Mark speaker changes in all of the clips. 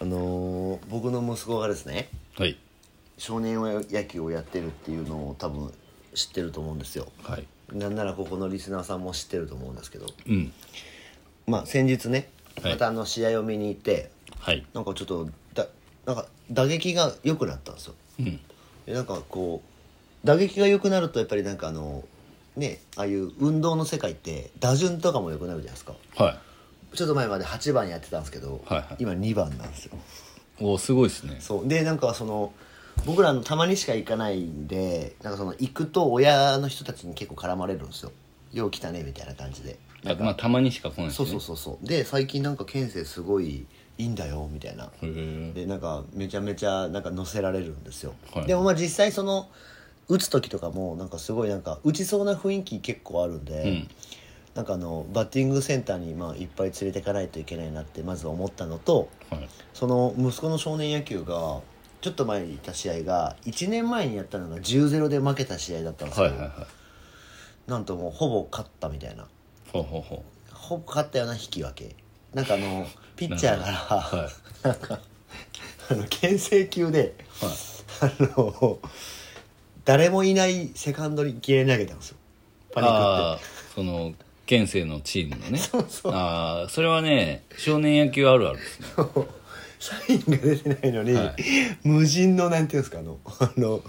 Speaker 1: あのー僕の息子がですね
Speaker 2: はい
Speaker 1: 少年野球をやってるっていうのを多分知ってると思うんですよ
Speaker 2: はい
Speaker 1: なんならここのリスナーさんも知ってると思うんですけど
Speaker 2: うん
Speaker 1: まあ先日ね
Speaker 2: はい
Speaker 1: またあの試合を見に行って、
Speaker 2: はい
Speaker 1: なんかちょっとだなんか打撃が良くなったんですよ
Speaker 2: うん
Speaker 1: でなんかこう打撃が良くなるとやっぱりなんかあのねああいう運動の世界って打順とかも良くなるじゃないですか
Speaker 2: は
Speaker 1: ちょっと前まで8番やってたんですけど、
Speaker 2: はいはい
Speaker 1: 今2番なんですよ
Speaker 2: いおすごいですね
Speaker 1: そうでなんかその僕らのたまにしか行かないんでなんかその行くと親の人たちに結構絡まれるんですよ「よう来たね」みたいな感じで
Speaker 2: あまあたまにしか来ないです
Speaker 1: そう
Speaker 2: ね
Speaker 1: そうそうそうで最近なんか県政すごいいいんだよみたいな
Speaker 2: へえ
Speaker 1: でなんかめちゃめちゃなんか乗せられるんですよ、
Speaker 2: はい
Speaker 1: でもまあ実際その打つ時とかもなんかすごいなんか打ちそうな雰囲気結構あるんで、
Speaker 2: うん
Speaker 1: なんかあのバッティングセンターにまあいっぱい連れてかないといけないなってまず思ったのと
Speaker 2: はい
Speaker 1: その息子の少年野球がちょっと前にいた試合が1年前にやったのが10ゼ0で負けた試合だったんです
Speaker 2: は
Speaker 1: け
Speaker 2: い
Speaker 1: ど、
Speaker 2: はいはい
Speaker 1: なんともうほぼ勝ったみたいな
Speaker 2: ほうほうほ
Speaker 1: ほぼ勝ったような引き分けなんかあのピッチャーから、
Speaker 2: うはい
Speaker 1: なんかあの牽制球で、
Speaker 2: はい
Speaker 1: あの誰もいないセカンドにいきなり投げたんですよパニックっ
Speaker 2: あーその県政のチームのね
Speaker 1: そうそう
Speaker 2: ああそれはね少年野球あるあるですね
Speaker 1: てサインが出てないのに、
Speaker 2: は
Speaker 1: 無人のなんていうんですかあのあの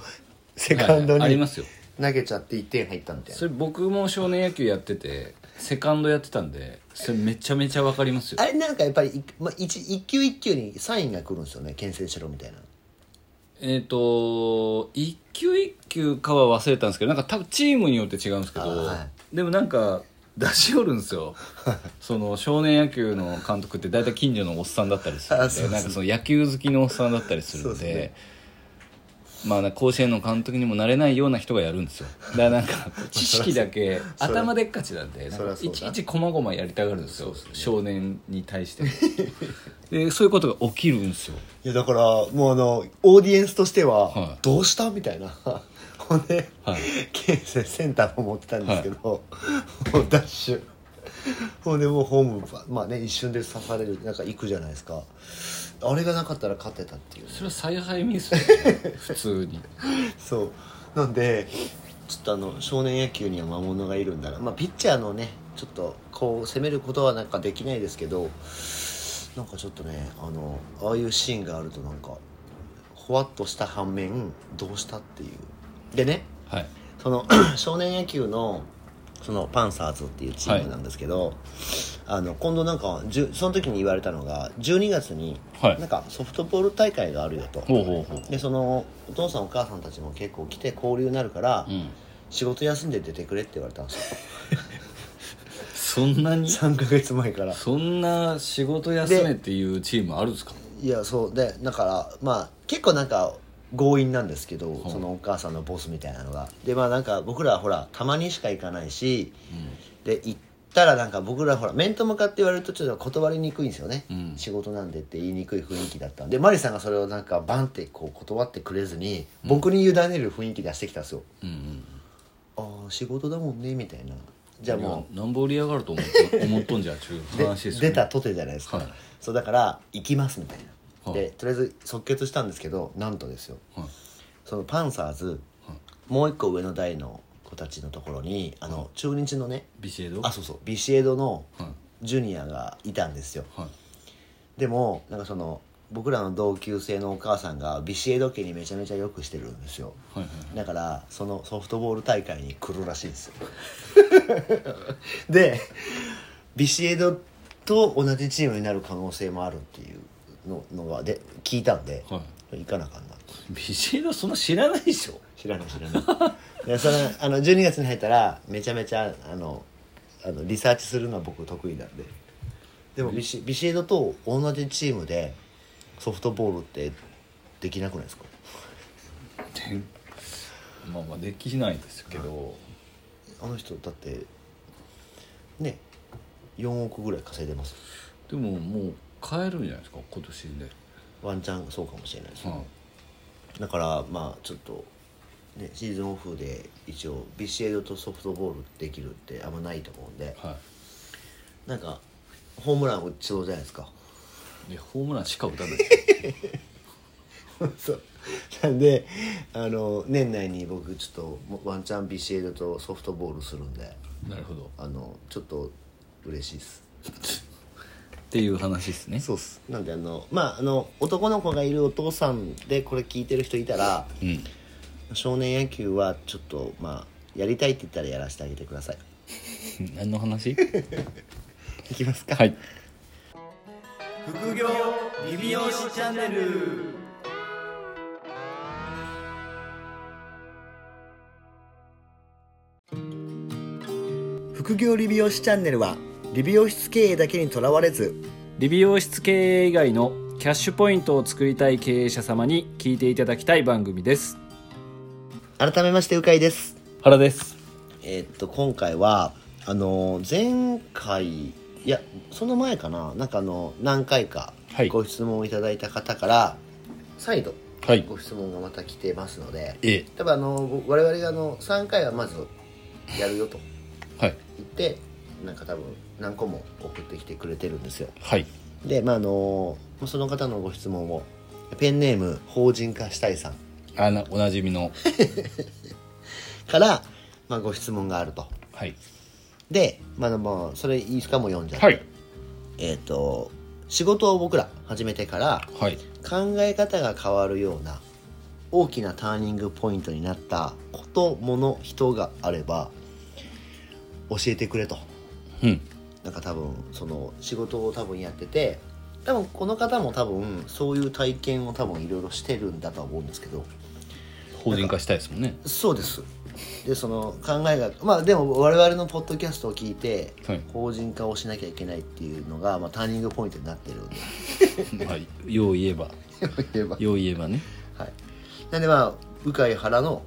Speaker 1: セカンド
Speaker 2: はいあり
Speaker 1: に
Speaker 2: ますよ
Speaker 1: 投げちゃって1点入ったみたいな
Speaker 2: それ僕も少年野球やっててセカンドやってたんでそれめちゃめちゃわかりますよ
Speaker 1: あれなんかやっぱりい、まあ、一一球一球にサインが来るんですよね牽制しろみたいな
Speaker 2: えっ、と一球一球かは忘れたんですけどなんか多分チームによって違うんですけど、
Speaker 1: あは
Speaker 2: でもなんか出し寄るんで すよその少年野球の監督って大体近所のおっさんだったりするんで
Speaker 1: あそうそう
Speaker 2: なんかその野球好きのおっさんだったりするん
Speaker 1: そう
Speaker 2: で
Speaker 1: ですね
Speaker 2: まあ、甲子園の監督にもなれないような人がやるんですよだからなんか知識だ け頭でっかちなんでなん
Speaker 1: そり
Speaker 2: か
Speaker 1: ゃそう
Speaker 2: い
Speaker 1: だ
Speaker 2: ちいちこまごまやりたがるんですよ少年に対してでそういうことが起きるんですよ
Speaker 1: いやだからもうあのオーディエンスとしては、
Speaker 2: はい
Speaker 1: どうしたみたいな ほんで、
Speaker 2: はい
Speaker 1: 県政センターも持ってたんですけど、もうダッシュほんでもうホームばまあね一瞬で刺されるなんか行くじゃないですかあれがなかったら勝てたっていう
Speaker 2: それは采配ミ スですね普通に
Speaker 1: そうなんでちょっとあの少年野球には魔物がいるんだなまあピッチャーのねちょっとこう攻めることはなんかできないですけどなんかちょっとねあのああいうシーンがあるとなんかほわっとした反面どうしたっていうでね
Speaker 2: はい
Speaker 1: その 少年野球のそのパンサーズっていうチームなんですけど、あの今度なんかじゅその時に言われたのが12月に
Speaker 2: はい
Speaker 1: なんかソフトボール大会があるよと、
Speaker 2: ほうほうほう
Speaker 1: でそのお父さんお母さんたちも結構来て交流になるから、
Speaker 2: うん
Speaker 1: 仕事休んで出てくれって言われたんですよ
Speaker 2: そんなに
Speaker 1: 3ヶ月前から
Speaker 2: そんな仕事休めっていうチームあるんですか
Speaker 1: いやそうでだからまあ結構なんか強引なんですけど、そのお母さんのボスみたいなのがでまあなんか僕らはほらたまにしか行かないし、で行ったらなんか僕らほら面と向かって言われるとちょっと断りにくいんですよね、
Speaker 2: うん
Speaker 1: 仕事なんでって言いにくい雰囲気だったんでマリさんがそれをなんかバンってこう断ってくれずに僕に委ねる雰囲気出してきたんですよ、
Speaker 2: うんうん
Speaker 1: ああ仕事だもんねみたいなじゃあ
Speaker 2: いや
Speaker 1: も
Speaker 2: なんぼ売り上がると思っと思っとんじゃっちゅ
Speaker 1: う
Speaker 2: う
Speaker 1: で
Speaker 2: 話ですよ、ね、
Speaker 1: 出たとてじゃないですか、
Speaker 2: はい
Speaker 1: そうだから行きますみたいな、
Speaker 2: はい
Speaker 1: でとりあえず即決したんですけどなんとですよ
Speaker 2: はい
Speaker 1: そのパンサーズ、もう一個上の代の子たちのところにあの中日のね
Speaker 2: ビシエド
Speaker 1: あそうそうビシエドの
Speaker 2: は
Speaker 1: ジュニアがいたんですよ
Speaker 2: はい
Speaker 1: でもなんかその僕らの同級生のお母さんがビシエド家にめちゃめちゃよくしてるんですよ
Speaker 2: はいはい
Speaker 1: だからそのソフトボール大会に来るらしいんですよでビシエドと同じチームになる可能性もあるっていうののがで聞いたんで、
Speaker 2: は
Speaker 1: 行かなあかんな
Speaker 2: ビシエドそんな知らないでしょ
Speaker 1: 知らない知らないでそのあの12月に入ったらめちゃめちゃあのあのリサーチするのは僕得意なんででもビシビシエドと同じチームでソフトボールってできなくないですか
Speaker 2: でまあまあできないですけど
Speaker 1: あの人だってね4億ぐらい稼いでます
Speaker 2: でももう帰るんじゃないですか今年で、
Speaker 1: ワンチャンそうかもしれないです
Speaker 2: は
Speaker 1: だからまあちょっと、ね、シーズンオフで一応ビシエドとソフトボールできるってあんまないと思うんで
Speaker 2: いは
Speaker 1: なんかホームラン打ちそうじゃないですか
Speaker 2: いいやホームランしか打たない
Speaker 1: そうなんであの年内に僕ちょっとワンチャンビシエドとソフトボールするんで
Speaker 2: なるほど
Speaker 1: あのちょっと嬉しいです
Speaker 2: っていう話ですね
Speaker 1: そうっすなんであのまああの男の子がいるお父さんでこれ聞いてる人いたら
Speaker 2: うん
Speaker 1: 少年野球はちょっとまあやりたいって言ったらやらせてあげてください
Speaker 2: 何の話
Speaker 1: いきますか
Speaker 2: はい
Speaker 3: 副業リビオシチャンネル
Speaker 1: 副業理美容師チャンネルは理美容室経営だけにとらわれず
Speaker 4: 理美容室経営以外のキャッシュポイントを作りたい経営者様に聞いていただきたい番組です
Speaker 1: 改めましてうかいです
Speaker 2: 原です
Speaker 1: えーっと今回はあの前回いやその前かななんかあの何回か
Speaker 2: はい
Speaker 1: ご質問をいただいた方から、再度
Speaker 2: はい
Speaker 1: ご質問がまた来てますので
Speaker 2: え
Speaker 1: 多分あのご我々があの3回はまずやるよと
Speaker 2: はい
Speaker 1: 言ってなんか多分何個も送ってきてくれてるんですよ
Speaker 2: はい
Speaker 1: でまああのその方のご質問をペンネーム法人化したいさん
Speaker 2: あなおなじみの
Speaker 1: から、まあ、ご質問があると
Speaker 2: はい
Speaker 1: で、まあ、まあそれいいですかもう読んじゃって、
Speaker 2: はい
Speaker 1: えっ、と仕事を僕ら始めてから
Speaker 2: はい
Speaker 1: 考え方が変わるような大きなターニングポイントになったこともの人があれば教えてくれと
Speaker 2: うん
Speaker 1: なんか多分その仕事を多分やってて多分この方も多分そういう体験を多分いろいろしてるんだとは思うんですけど
Speaker 2: 法人化したいですもんね
Speaker 1: そうですでその考えがまあでも我々のポッドキャストを聞いて、
Speaker 2: はい
Speaker 1: 法人化をしなきゃいけないっていうのが、まあ、ターニングポイントになってるんで
Speaker 2: まあよう言えば
Speaker 1: 言えば
Speaker 2: よう言えばね
Speaker 1: はいなんでまあ鵜飼原の、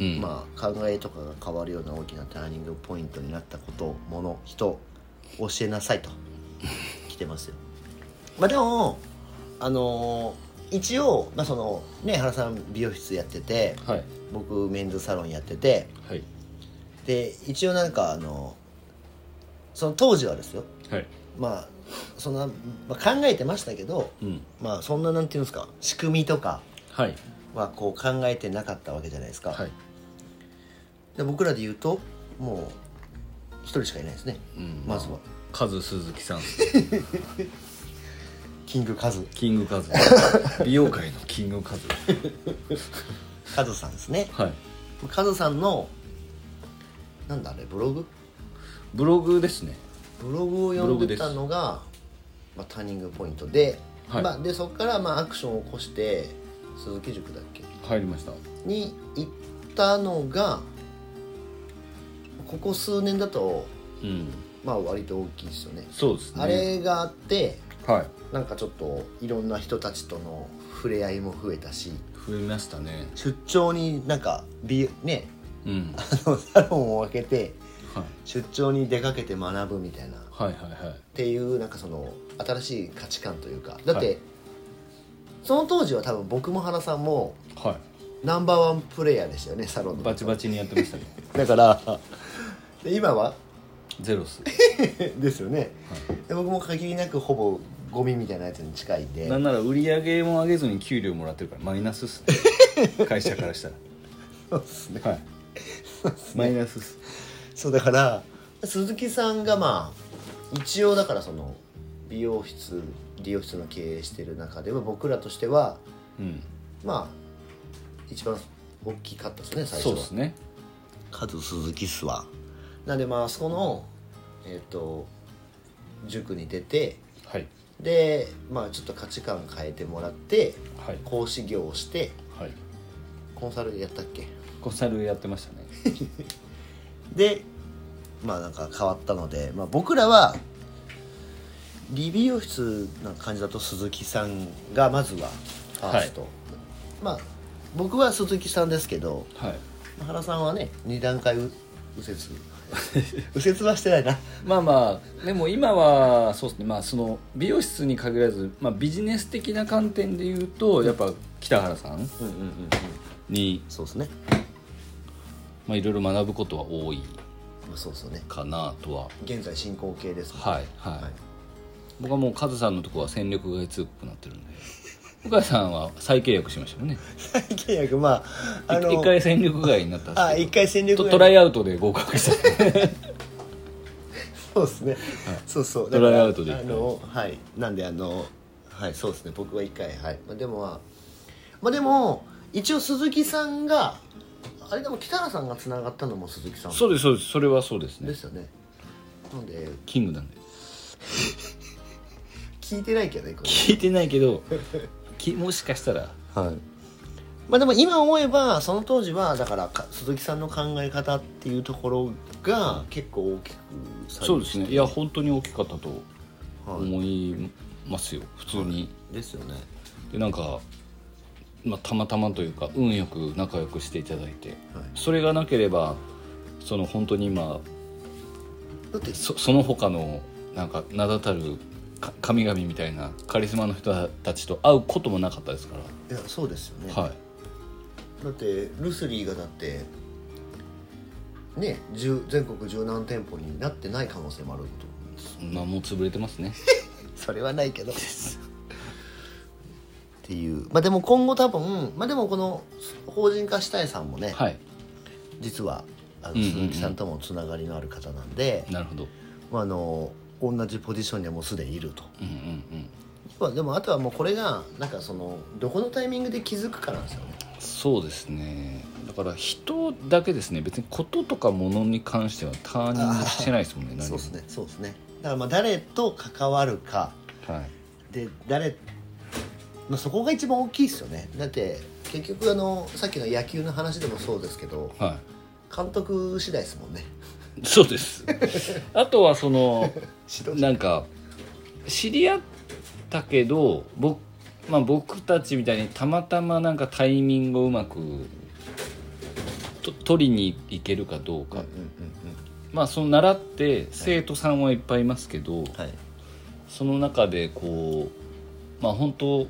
Speaker 2: うん
Speaker 1: まあ、考えとかが変わるような大きなターニングポイントになったこともの人教えな さいと来てますよまあでもあのー一応、まあ、そのね原さん美容室やってて
Speaker 2: はい
Speaker 1: 僕メンズサロンやってて
Speaker 2: はい
Speaker 1: で一応なんかあのその当時はですよ
Speaker 2: はい
Speaker 1: まあそんな、まあ、考えてましたけど、
Speaker 2: うん
Speaker 1: まあそんななんていうんですか仕組みとか
Speaker 2: はい
Speaker 1: はこう考えてなかったわけじゃないですか、
Speaker 2: はい
Speaker 1: で僕らで言うともう一人しかいないですね、
Speaker 2: うん
Speaker 1: まずは
Speaker 2: カズ鈴 木さん
Speaker 1: キングカズ
Speaker 2: キングカ ズ美容界のキングカズ
Speaker 1: カズさんですね
Speaker 2: はい
Speaker 1: カズさんのなんだあれブログ
Speaker 2: ブログですね
Speaker 1: ブログを
Speaker 2: ブ
Speaker 1: 読
Speaker 2: ログ
Speaker 1: んで
Speaker 2: で
Speaker 1: すたのが、まあ、ターニングポイントで,、
Speaker 2: はい
Speaker 1: まあ、でそこからまあアクションを起こして鈴木塾だっけ
Speaker 2: 入りました
Speaker 1: に行ったのがここ数年だと
Speaker 2: うん
Speaker 1: まあ割と大きいですよね
Speaker 2: そうですね
Speaker 1: あれがあって
Speaker 2: はい
Speaker 1: なんかちょっといろんな人たちとの触れ合いも増えたし
Speaker 2: 増えましたね
Speaker 1: 出張になんか美ね
Speaker 2: うん
Speaker 1: あのサロンを開けて
Speaker 2: はい
Speaker 1: 出張に出かけて学ぶみたいなっ
Speaker 2: はいはいはい
Speaker 1: ていうなんかその新しい価値観というかだって、
Speaker 2: はい
Speaker 1: その当時は多分僕も原さんも
Speaker 2: は
Speaker 1: ナンバーワンプレイヤーでしたよねサロン
Speaker 2: い
Speaker 1: の
Speaker 2: バチバチにやってましたね
Speaker 1: だから で今は
Speaker 2: ゼロっす
Speaker 1: ですよね、で僕も限りなくほぼゴミみたいなやつに近いんで
Speaker 2: なんなら売り上げも上げずに給料もらってるからマイナスっす ね会社からした
Speaker 1: そうですね
Speaker 2: らはいマイナスっす
Speaker 1: そうだから鈴木さんがまあ一応だからその美容室理容室の経営してる中では僕らとしては
Speaker 2: うん
Speaker 1: まあ一番大きかったですね最初
Speaker 2: そう
Speaker 1: は
Speaker 2: ですね
Speaker 1: カズ鈴木スはなんでまあそこのえっ、と塾に出て
Speaker 2: はい
Speaker 1: でまあちょっと価値観変えてもらって
Speaker 2: はい
Speaker 1: 講師業をして
Speaker 2: はい
Speaker 1: コンサルやったっけ
Speaker 2: コンサルやってましたね
Speaker 1: でまあなんか変わったので、まあ、僕らは理美容室な感じだと鈴木さんがまずはファースト、まあ僕は鈴木さんですけど
Speaker 2: はい
Speaker 1: 原さんはね2段階う右折右折はしてないな
Speaker 2: まあまあでも今はそうですねまあその美容室に限らず、まあ、ビジネス的な観点で言うとやっぱ北原さん
Speaker 1: うんうんうんうん
Speaker 2: に、
Speaker 1: そうですね、
Speaker 2: まあ、いろいろ学ぶことは多い
Speaker 1: まあ、そうですよね
Speaker 2: かなとは
Speaker 1: 現在進行形ですもんね
Speaker 2: はいはい、僕はもうカズさんのとこは戦力外通告になってるんで 岡さんは再契約しましたもんね
Speaker 1: 再契約まああ
Speaker 2: い
Speaker 1: の
Speaker 2: 一回戦力外になったんですけど
Speaker 1: あ一回戦力
Speaker 2: と
Speaker 1: 外
Speaker 2: トライアウトで合格した
Speaker 1: そうですね、そうそう
Speaker 2: トライアウトで
Speaker 1: だからあのはいなんであのはいそうですね僕は一回はい、まあ、でもまあ、まあ、でも一応鈴木さんがあれでも北原さんがつながったのも鈴木さん
Speaker 2: そうですそうですそれはそうですね
Speaker 1: ですよねなんで
Speaker 2: キングなんで
Speaker 1: 聞いてないけどねこ
Speaker 2: 聞いてないけ どきもしかしたら
Speaker 1: れはいまあでも今思えばその当時はだからか鈴木さんの考え方っていうところが結構大きく左右して
Speaker 2: そうですねいや本当に大きかったと
Speaker 1: はい
Speaker 2: 思いますよ普通に
Speaker 1: ですよね
Speaker 2: でなんか、まあ、たまたまというか運よく仲良くしていただいて
Speaker 1: はい
Speaker 2: それがなければその本当に今
Speaker 1: だって
Speaker 2: そその他のなんか名だたるか神々みたいなカリスマの人たちと会うこともなかったですか
Speaker 1: いやそうですよね
Speaker 2: ら、はい、
Speaker 1: だってルスリーがだってね十全国十何店舗になってない可能性もあることです
Speaker 2: まあもう潰れてます ね
Speaker 1: それはないけどっていうまあでも今後多分まあでもこの法人化したいさんもね、
Speaker 2: はい
Speaker 1: 実はあの
Speaker 2: うんうんうん
Speaker 1: 鈴木さんともつながりのある方なんで、
Speaker 2: なるほど
Speaker 1: まあ、あの同じポジションにはもうすでにいると
Speaker 2: うんうんうん
Speaker 1: 要はでもあとはもうこれがなんかそのどこのタイミングで気づくかなんですよね
Speaker 2: そうですねだから人だけですね別にこととかものに関してはターニングしてないですもんね何も
Speaker 1: そうですねそうですねだからまあ誰と関わるか
Speaker 2: はい
Speaker 1: で誰、まあ、そこが一番大きいですよねだって結局あのさっきの野球の話でもそうですけど
Speaker 2: は
Speaker 1: 監督次第ですもんね
Speaker 2: いそうですあとはその
Speaker 1: 指導者
Speaker 2: なんか知り合ったけど僕,、まあ、僕たちみたいにたまたまなんかタイミングをうまくと取りに行けるかどう
Speaker 1: うんう
Speaker 2: か、
Speaker 1: んうん
Speaker 2: まあその習って生徒さんはいっぱいいますけど、
Speaker 1: うんはい
Speaker 2: その中でこうまあ本当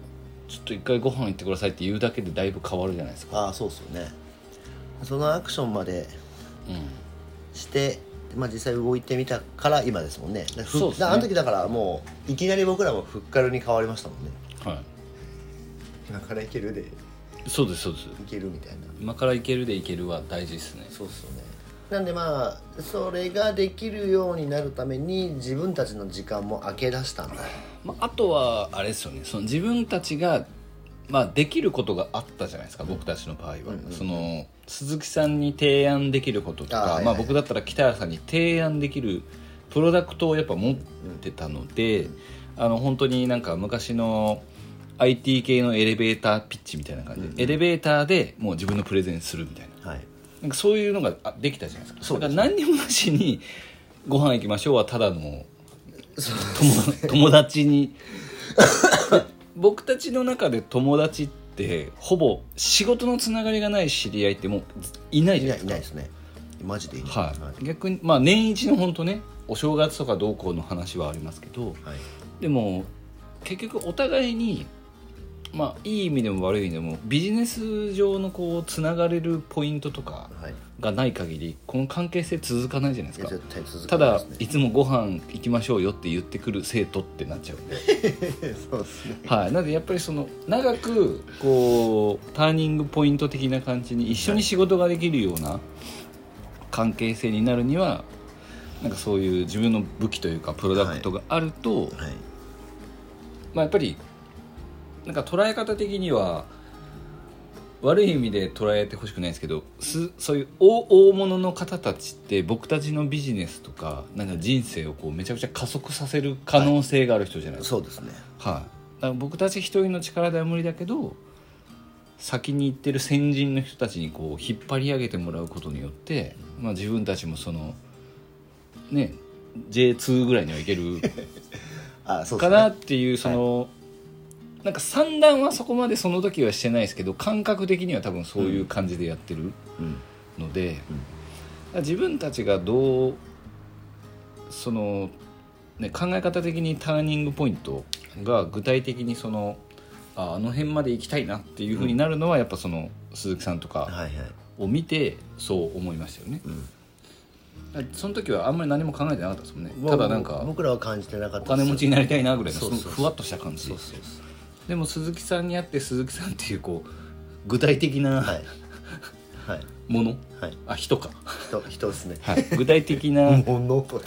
Speaker 2: ちょっと一回ご飯行ってくださいって言うだけでだいぶ変わるじゃないですか、
Speaker 1: ああそうですよねそのアクションまで
Speaker 2: うん、
Speaker 1: して、まあ、実際動いてみたから今ですもんねだからふ
Speaker 2: そうですね
Speaker 1: だからあの時だからもういきなり僕らもふっかるに変わりましたもんね
Speaker 2: は
Speaker 1: 今からいけるでい
Speaker 2: いそうですそうです
Speaker 1: けるみたいな
Speaker 2: 今から行けるで行けるは大事ですね
Speaker 1: そうっすよねなんでまあそれができるようになるために自分たちの時間も空け出したんだ
Speaker 2: まあ、あとはあれですよねその自分たちが、まあ、できることがあったじゃないですか僕たちの場合は、
Speaker 1: んうん
Speaker 2: その鈴木さんに提案できることとか
Speaker 1: あーはいはい
Speaker 2: まあ、僕だったら北原さんに提案できるプロダクトをやっぱ持ってたので、あの本当になんか昔の IT 系のエレベーターピッチみたいな感じで、エレベーターでもう自分のプレゼンするみたいな
Speaker 1: はい
Speaker 2: なんかそういうのがあできたじゃないですか
Speaker 1: そうです
Speaker 2: だから何にもなしに「ご飯行きましょう」はただの
Speaker 1: そう
Speaker 2: 友友達に 僕たちの中で友達ってほぼ仕事のつながりがない知り合いってもういない
Speaker 1: い
Speaker 2: じ
Speaker 1: な
Speaker 2: ゃない
Speaker 1: い
Speaker 2: で
Speaker 1: い
Speaker 2: すか
Speaker 1: ないですねマジでいない
Speaker 2: はい
Speaker 1: はい
Speaker 2: 逆にまあ年一の本当ねお正月とかどうこうの話はありますけど
Speaker 1: はい
Speaker 2: でも結局お互いにまあいい意味でも悪い意味でもビジネス上のこうつながれるポイントとか
Speaker 1: はい
Speaker 2: がない限りこの関係性続かないじゃない
Speaker 1: い
Speaker 2: です
Speaker 1: や
Speaker 2: か
Speaker 1: 絶対続
Speaker 2: た
Speaker 1: けま
Speaker 2: だ
Speaker 1: す
Speaker 2: い
Speaker 1: ね
Speaker 2: つもご飯行きましょうよって言ってくる生徒ってなっちゃうんで
Speaker 1: そうですね
Speaker 2: はい、なのでやっぱりその長くこうターニングポイント的な感じに一緒に仕事ができるような関係性になるにはなんかそういう自分の武器というかプロダクトがあると、
Speaker 1: はい
Speaker 2: まあ、やっぱりなんか捉え方的には悪い意味で捉えてほしくないんですけどすそういう大大物の方たちって僕たちのビジネスとかなんか人生をこうめちゃくちゃ加速させる可能性がある人じゃないですか
Speaker 1: そうですね
Speaker 2: はい、だから僕たち一人の力では無理だけど先に行ってる先人の人たちにこう引っ張り上げてもらうことによって、まあ、自分たちもそのね J2 ぐらいにはい ける
Speaker 1: あそうで
Speaker 2: か
Speaker 1: す
Speaker 2: な
Speaker 1: ね
Speaker 2: っていうそのなんか算段はそこまでその時はしてないですけど感覚的には多分そういう感じでやってる
Speaker 1: うん
Speaker 2: ので、
Speaker 1: うん
Speaker 2: 自分たちがどうその、ね、考え方的にターニングポイントが具体的にそのああの辺まで行きたいなっていうふうになるのはやっぱその鈴木さんと
Speaker 1: はい
Speaker 2: か
Speaker 1: はい
Speaker 2: を見てそう思いましたよね。
Speaker 1: うん
Speaker 2: その時はあんまり何も考えてなかったですもんね
Speaker 1: まあ
Speaker 2: ただなんか
Speaker 1: 僕らは感じてなかっ
Speaker 2: お
Speaker 1: た
Speaker 2: 金持ちになりたいなぐらいの
Speaker 1: そ
Speaker 2: そう
Speaker 1: そう
Speaker 2: の
Speaker 1: そう
Speaker 2: ふわっとした感じ
Speaker 1: そうそうそ
Speaker 2: でも鈴木さんに会って鈴木さんっていうこう具体的な
Speaker 1: うはいはい
Speaker 2: もの
Speaker 1: はい
Speaker 2: あ人か、
Speaker 1: 人人ですね
Speaker 2: はい、 具体的な
Speaker 1: ものとか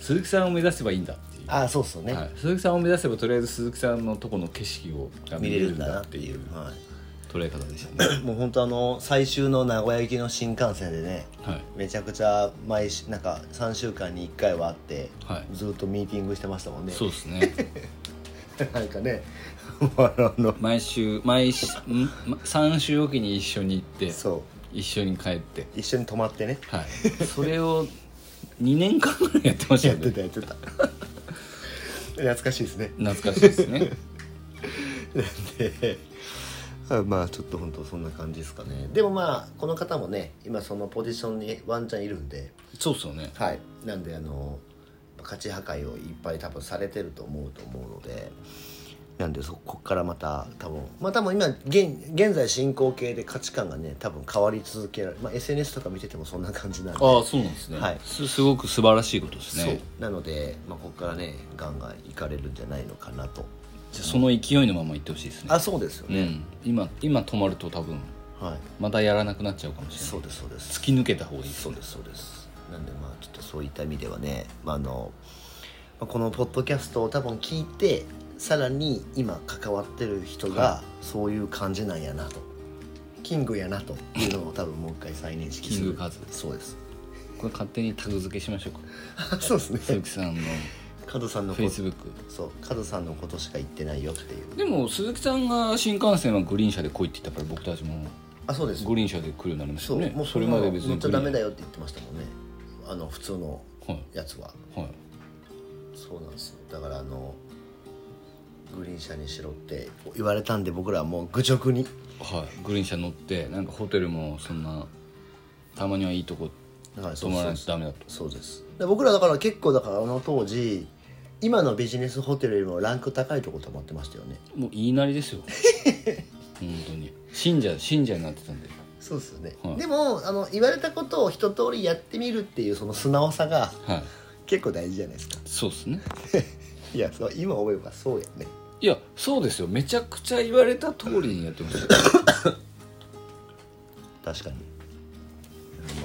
Speaker 2: 鈴木さんを目指せばいいんだっていう、
Speaker 1: ああそうそうね、
Speaker 2: はい、鈴木さんを目指せばとりあえず鈴木さんのとこの景色をが
Speaker 1: 見れるんだなっていう、は
Speaker 2: 捉え方でしたね
Speaker 1: い、もう本当あの最終の名古屋行きの新幹線でね
Speaker 2: はい
Speaker 1: めちゃくちゃ毎週なんか3週間に1回はあって、
Speaker 2: はい
Speaker 1: ずっとミーティングしてましたもんね
Speaker 2: そうですね
Speaker 1: なんかねあの
Speaker 2: 毎週毎週んま3週おきに一緒に行って
Speaker 1: そ
Speaker 2: 一緒に帰って
Speaker 1: う一緒に泊まってね
Speaker 2: はいそれを2年間ぐらいやってました
Speaker 1: や
Speaker 2: よ
Speaker 1: って
Speaker 2: ね
Speaker 1: たやってた 懐かしいですね
Speaker 2: 懐かしいですね
Speaker 1: で あまあちょっと本当そんな感じですかねでもまあこの方もね今そのポジションにワンちゃんいるんで
Speaker 2: そうっすよね
Speaker 1: はいなんであの価値破壊をいっぱい多分されてると思うと思うのでなんでそこっからまた多分まあ多分今現現在進行形で価値観がね多分変わり続けられ、まあ、SNS とか見ててもそんな感じなんで
Speaker 2: ああそうなんですね、
Speaker 1: はい
Speaker 2: すすごく素晴らしいことです
Speaker 1: そう
Speaker 2: ね
Speaker 1: なので、まあ、ここからねガンガンいかれるんじゃないのかなと
Speaker 2: じゃあその勢いのまま行ってほしいですね
Speaker 1: あそうですよ
Speaker 2: う
Speaker 1: ね、
Speaker 2: ん、今今止まると多分
Speaker 1: はい
Speaker 2: またやらなくなっちゃうかもしれ
Speaker 1: そ
Speaker 2: な
Speaker 1: う
Speaker 2: い
Speaker 1: ですそうです
Speaker 2: 突き抜けた方がいいです
Speaker 1: そう
Speaker 2: ね
Speaker 1: ですそうですなんでまあちょっとそういった意味ではね、まあ、あのまあこのポッドキャストを多分聞いてさらに今関わってる人がそういう感じなんやなと、キングやなというのを多分もう一回再認識する
Speaker 2: キングカズ
Speaker 1: そう です
Speaker 2: これ勝手にタグ付けしましょうか
Speaker 1: あそうです
Speaker 2: 鈴
Speaker 1: ね
Speaker 2: 木さんの
Speaker 1: カズさんの
Speaker 2: フ
Speaker 1: こ
Speaker 2: ェイ
Speaker 1: と
Speaker 2: スブック
Speaker 1: そうカズさんのことしか言ってないよっていう
Speaker 2: でも鈴木さんが新幹線はグリーン車で来いって言ったから僕たちも
Speaker 1: あそうです
Speaker 2: グリーン車で来るようになりました
Speaker 1: そ
Speaker 2: よ
Speaker 1: う、
Speaker 2: ね
Speaker 1: もう
Speaker 2: それまで別
Speaker 1: め
Speaker 2: に
Speaker 1: っち
Speaker 2: グ
Speaker 1: ゃ
Speaker 2: リー
Speaker 1: ダ
Speaker 2: ン
Speaker 1: メだよって言ってましたもんねあの普通の
Speaker 2: はい
Speaker 1: やつは
Speaker 2: はい
Speaker 1: そうなんですよだからあのグリーン車にしろって言われたんで僕らはもう愚直に
Speaker 2: はい、グリーン車乗ってなんかホテルもそんなたまにはいいとこ
Speaker 1: はい
Speaker 2: 泊
Speaker 1: そう
Speaker 2: ま
Speaker 1: そう
Speaker 2: らないとダメだと
Speaker 1: そうですで僕らだから結構だからあの当時今のビジネスホテルよりもランク高いとこ泊まってましたよね
Speaker 2: もう言いなりですよ 本当に信者信者になってたんで
Speaker 1: そうですよね、
Speaker 2: はい
Speaker 1: でもあの言われたことを一通りやってみるっていうその素直さが
Speaker 2: はい
Speaker 1: 結構大事じゃないですか
Speaker 2: そうですね
Speaker 1: いやそう今思えばそうやね
Speaker 2: いやそうですよめちゃくちゃ言われた通りにやってましたよ
Speaker 1: 確かに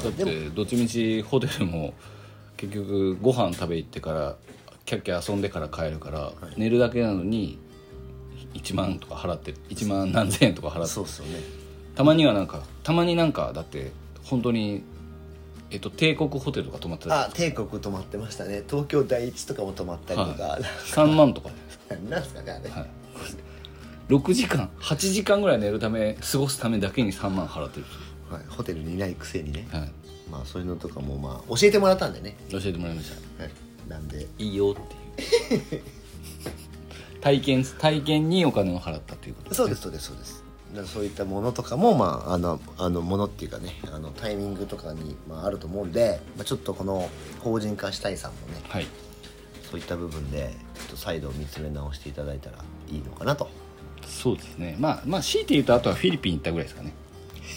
Speaker 2: だってどっちみちホテルも 結局ご飯食べ行ってからキャッキャ遊んでから帰るから、寝るだけなのに1万とか払って1万何千円とか払って
Speaker 1: そうっすよね
Speaker 2: たまにはなんかたまになんかだって本当にえっと帝国ホテルとか泊まってた
Speaker 1: あ帝国泊まってましたね東京第一とかも泊まったりとか、
Speaker 2: 3万とかじゃないですか
Speaker 1: なんすかねあれ、
Speaker 2: はい6時間8時間ぐらい寝るため過ごすためだけに3万払ってる
Speaker 1: はいホテルにいないくせにね、
Speaker 2: はい
Speaker 1: まあそういうのとかもまあ教えてもらったんでね、
Speaker 2: 教えてもらいました
Speaker 1: なんで
Speaker 2: いいよっていう体験体験にお金を払ったということ
Speaker 1: そうですそうですそうですだからそういったものとかもまああのあのものっていうかねあのタイミングとかに、まあ、あると思うんで、まあ、ちょっとこの法人化したいさんもね
Speaker 2: はい
Speaker 1: そういった部分でちょっと再度見つめ直していただいたらいいのかなと
Speaker 2: そうですねまあまあ強いて言うとあとはフィリピン行ったぐらいです かね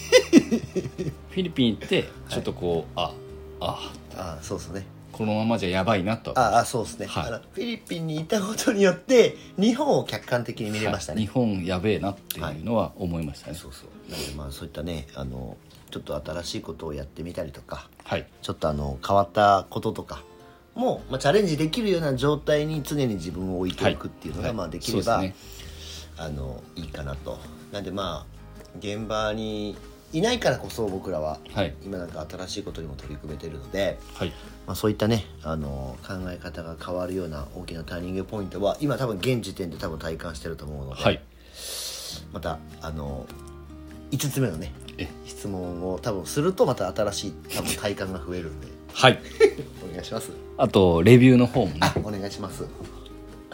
Speaker 2: フィリピン行ってちょっとこう、ああ
Speaker 1: ああそうですね
Speaker 2: このままじゃやばいなと
Speaker 1: ああそうですね、
Speaker 2: はい
Speaker 1: あのフィリピンにいたことによって日本を客観的に見れましたね、
Speaker 2: はい日本やべえなっていうのは思いましたね
Speaker 1: そうそうなのでまあそういったねあのちょっと新しいことをやってみたりとか
Speaker 2: はい
Speaker 1: ちょっとあの変わったこととかも、まあ、チャレンジできるような状態に常に自分を置いていくっていうのが、
Speaker 2: はい
Speaker 1: まあ、できれば、
Speaker 2: そうで
Speaker 1: あのいいかなとなんでまあ現場にいないからこそ僕らは
Speaker 2: はい
Speaker 1: 今なんか新しいことにも取り組めてるので、
Speaker 2: はい
Speaker 1: まあ、そういったねあの考え方が変わるような大きなターニングポイントは今多分現時点で多分体感してると思うので、
Speaker 2: はい
Speaker 1: またあの5つ目のね
Speaker 2: え
Speaker 1: 質問を多分するとまた新しい多分体感が増えるんで
Speaker 2: はい
Speaker 1: お願いします
Speaker 2: あとレビューの方もね
Speaker 1: あお願いします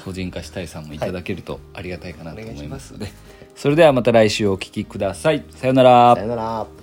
Speaker 2: 個人化したいさんもいただけるとありがたいかなと思いますので、
Speaker 1: は
Speaker 2: それではまた来週お聞きくださいさようなら
Speaker 1: さよなら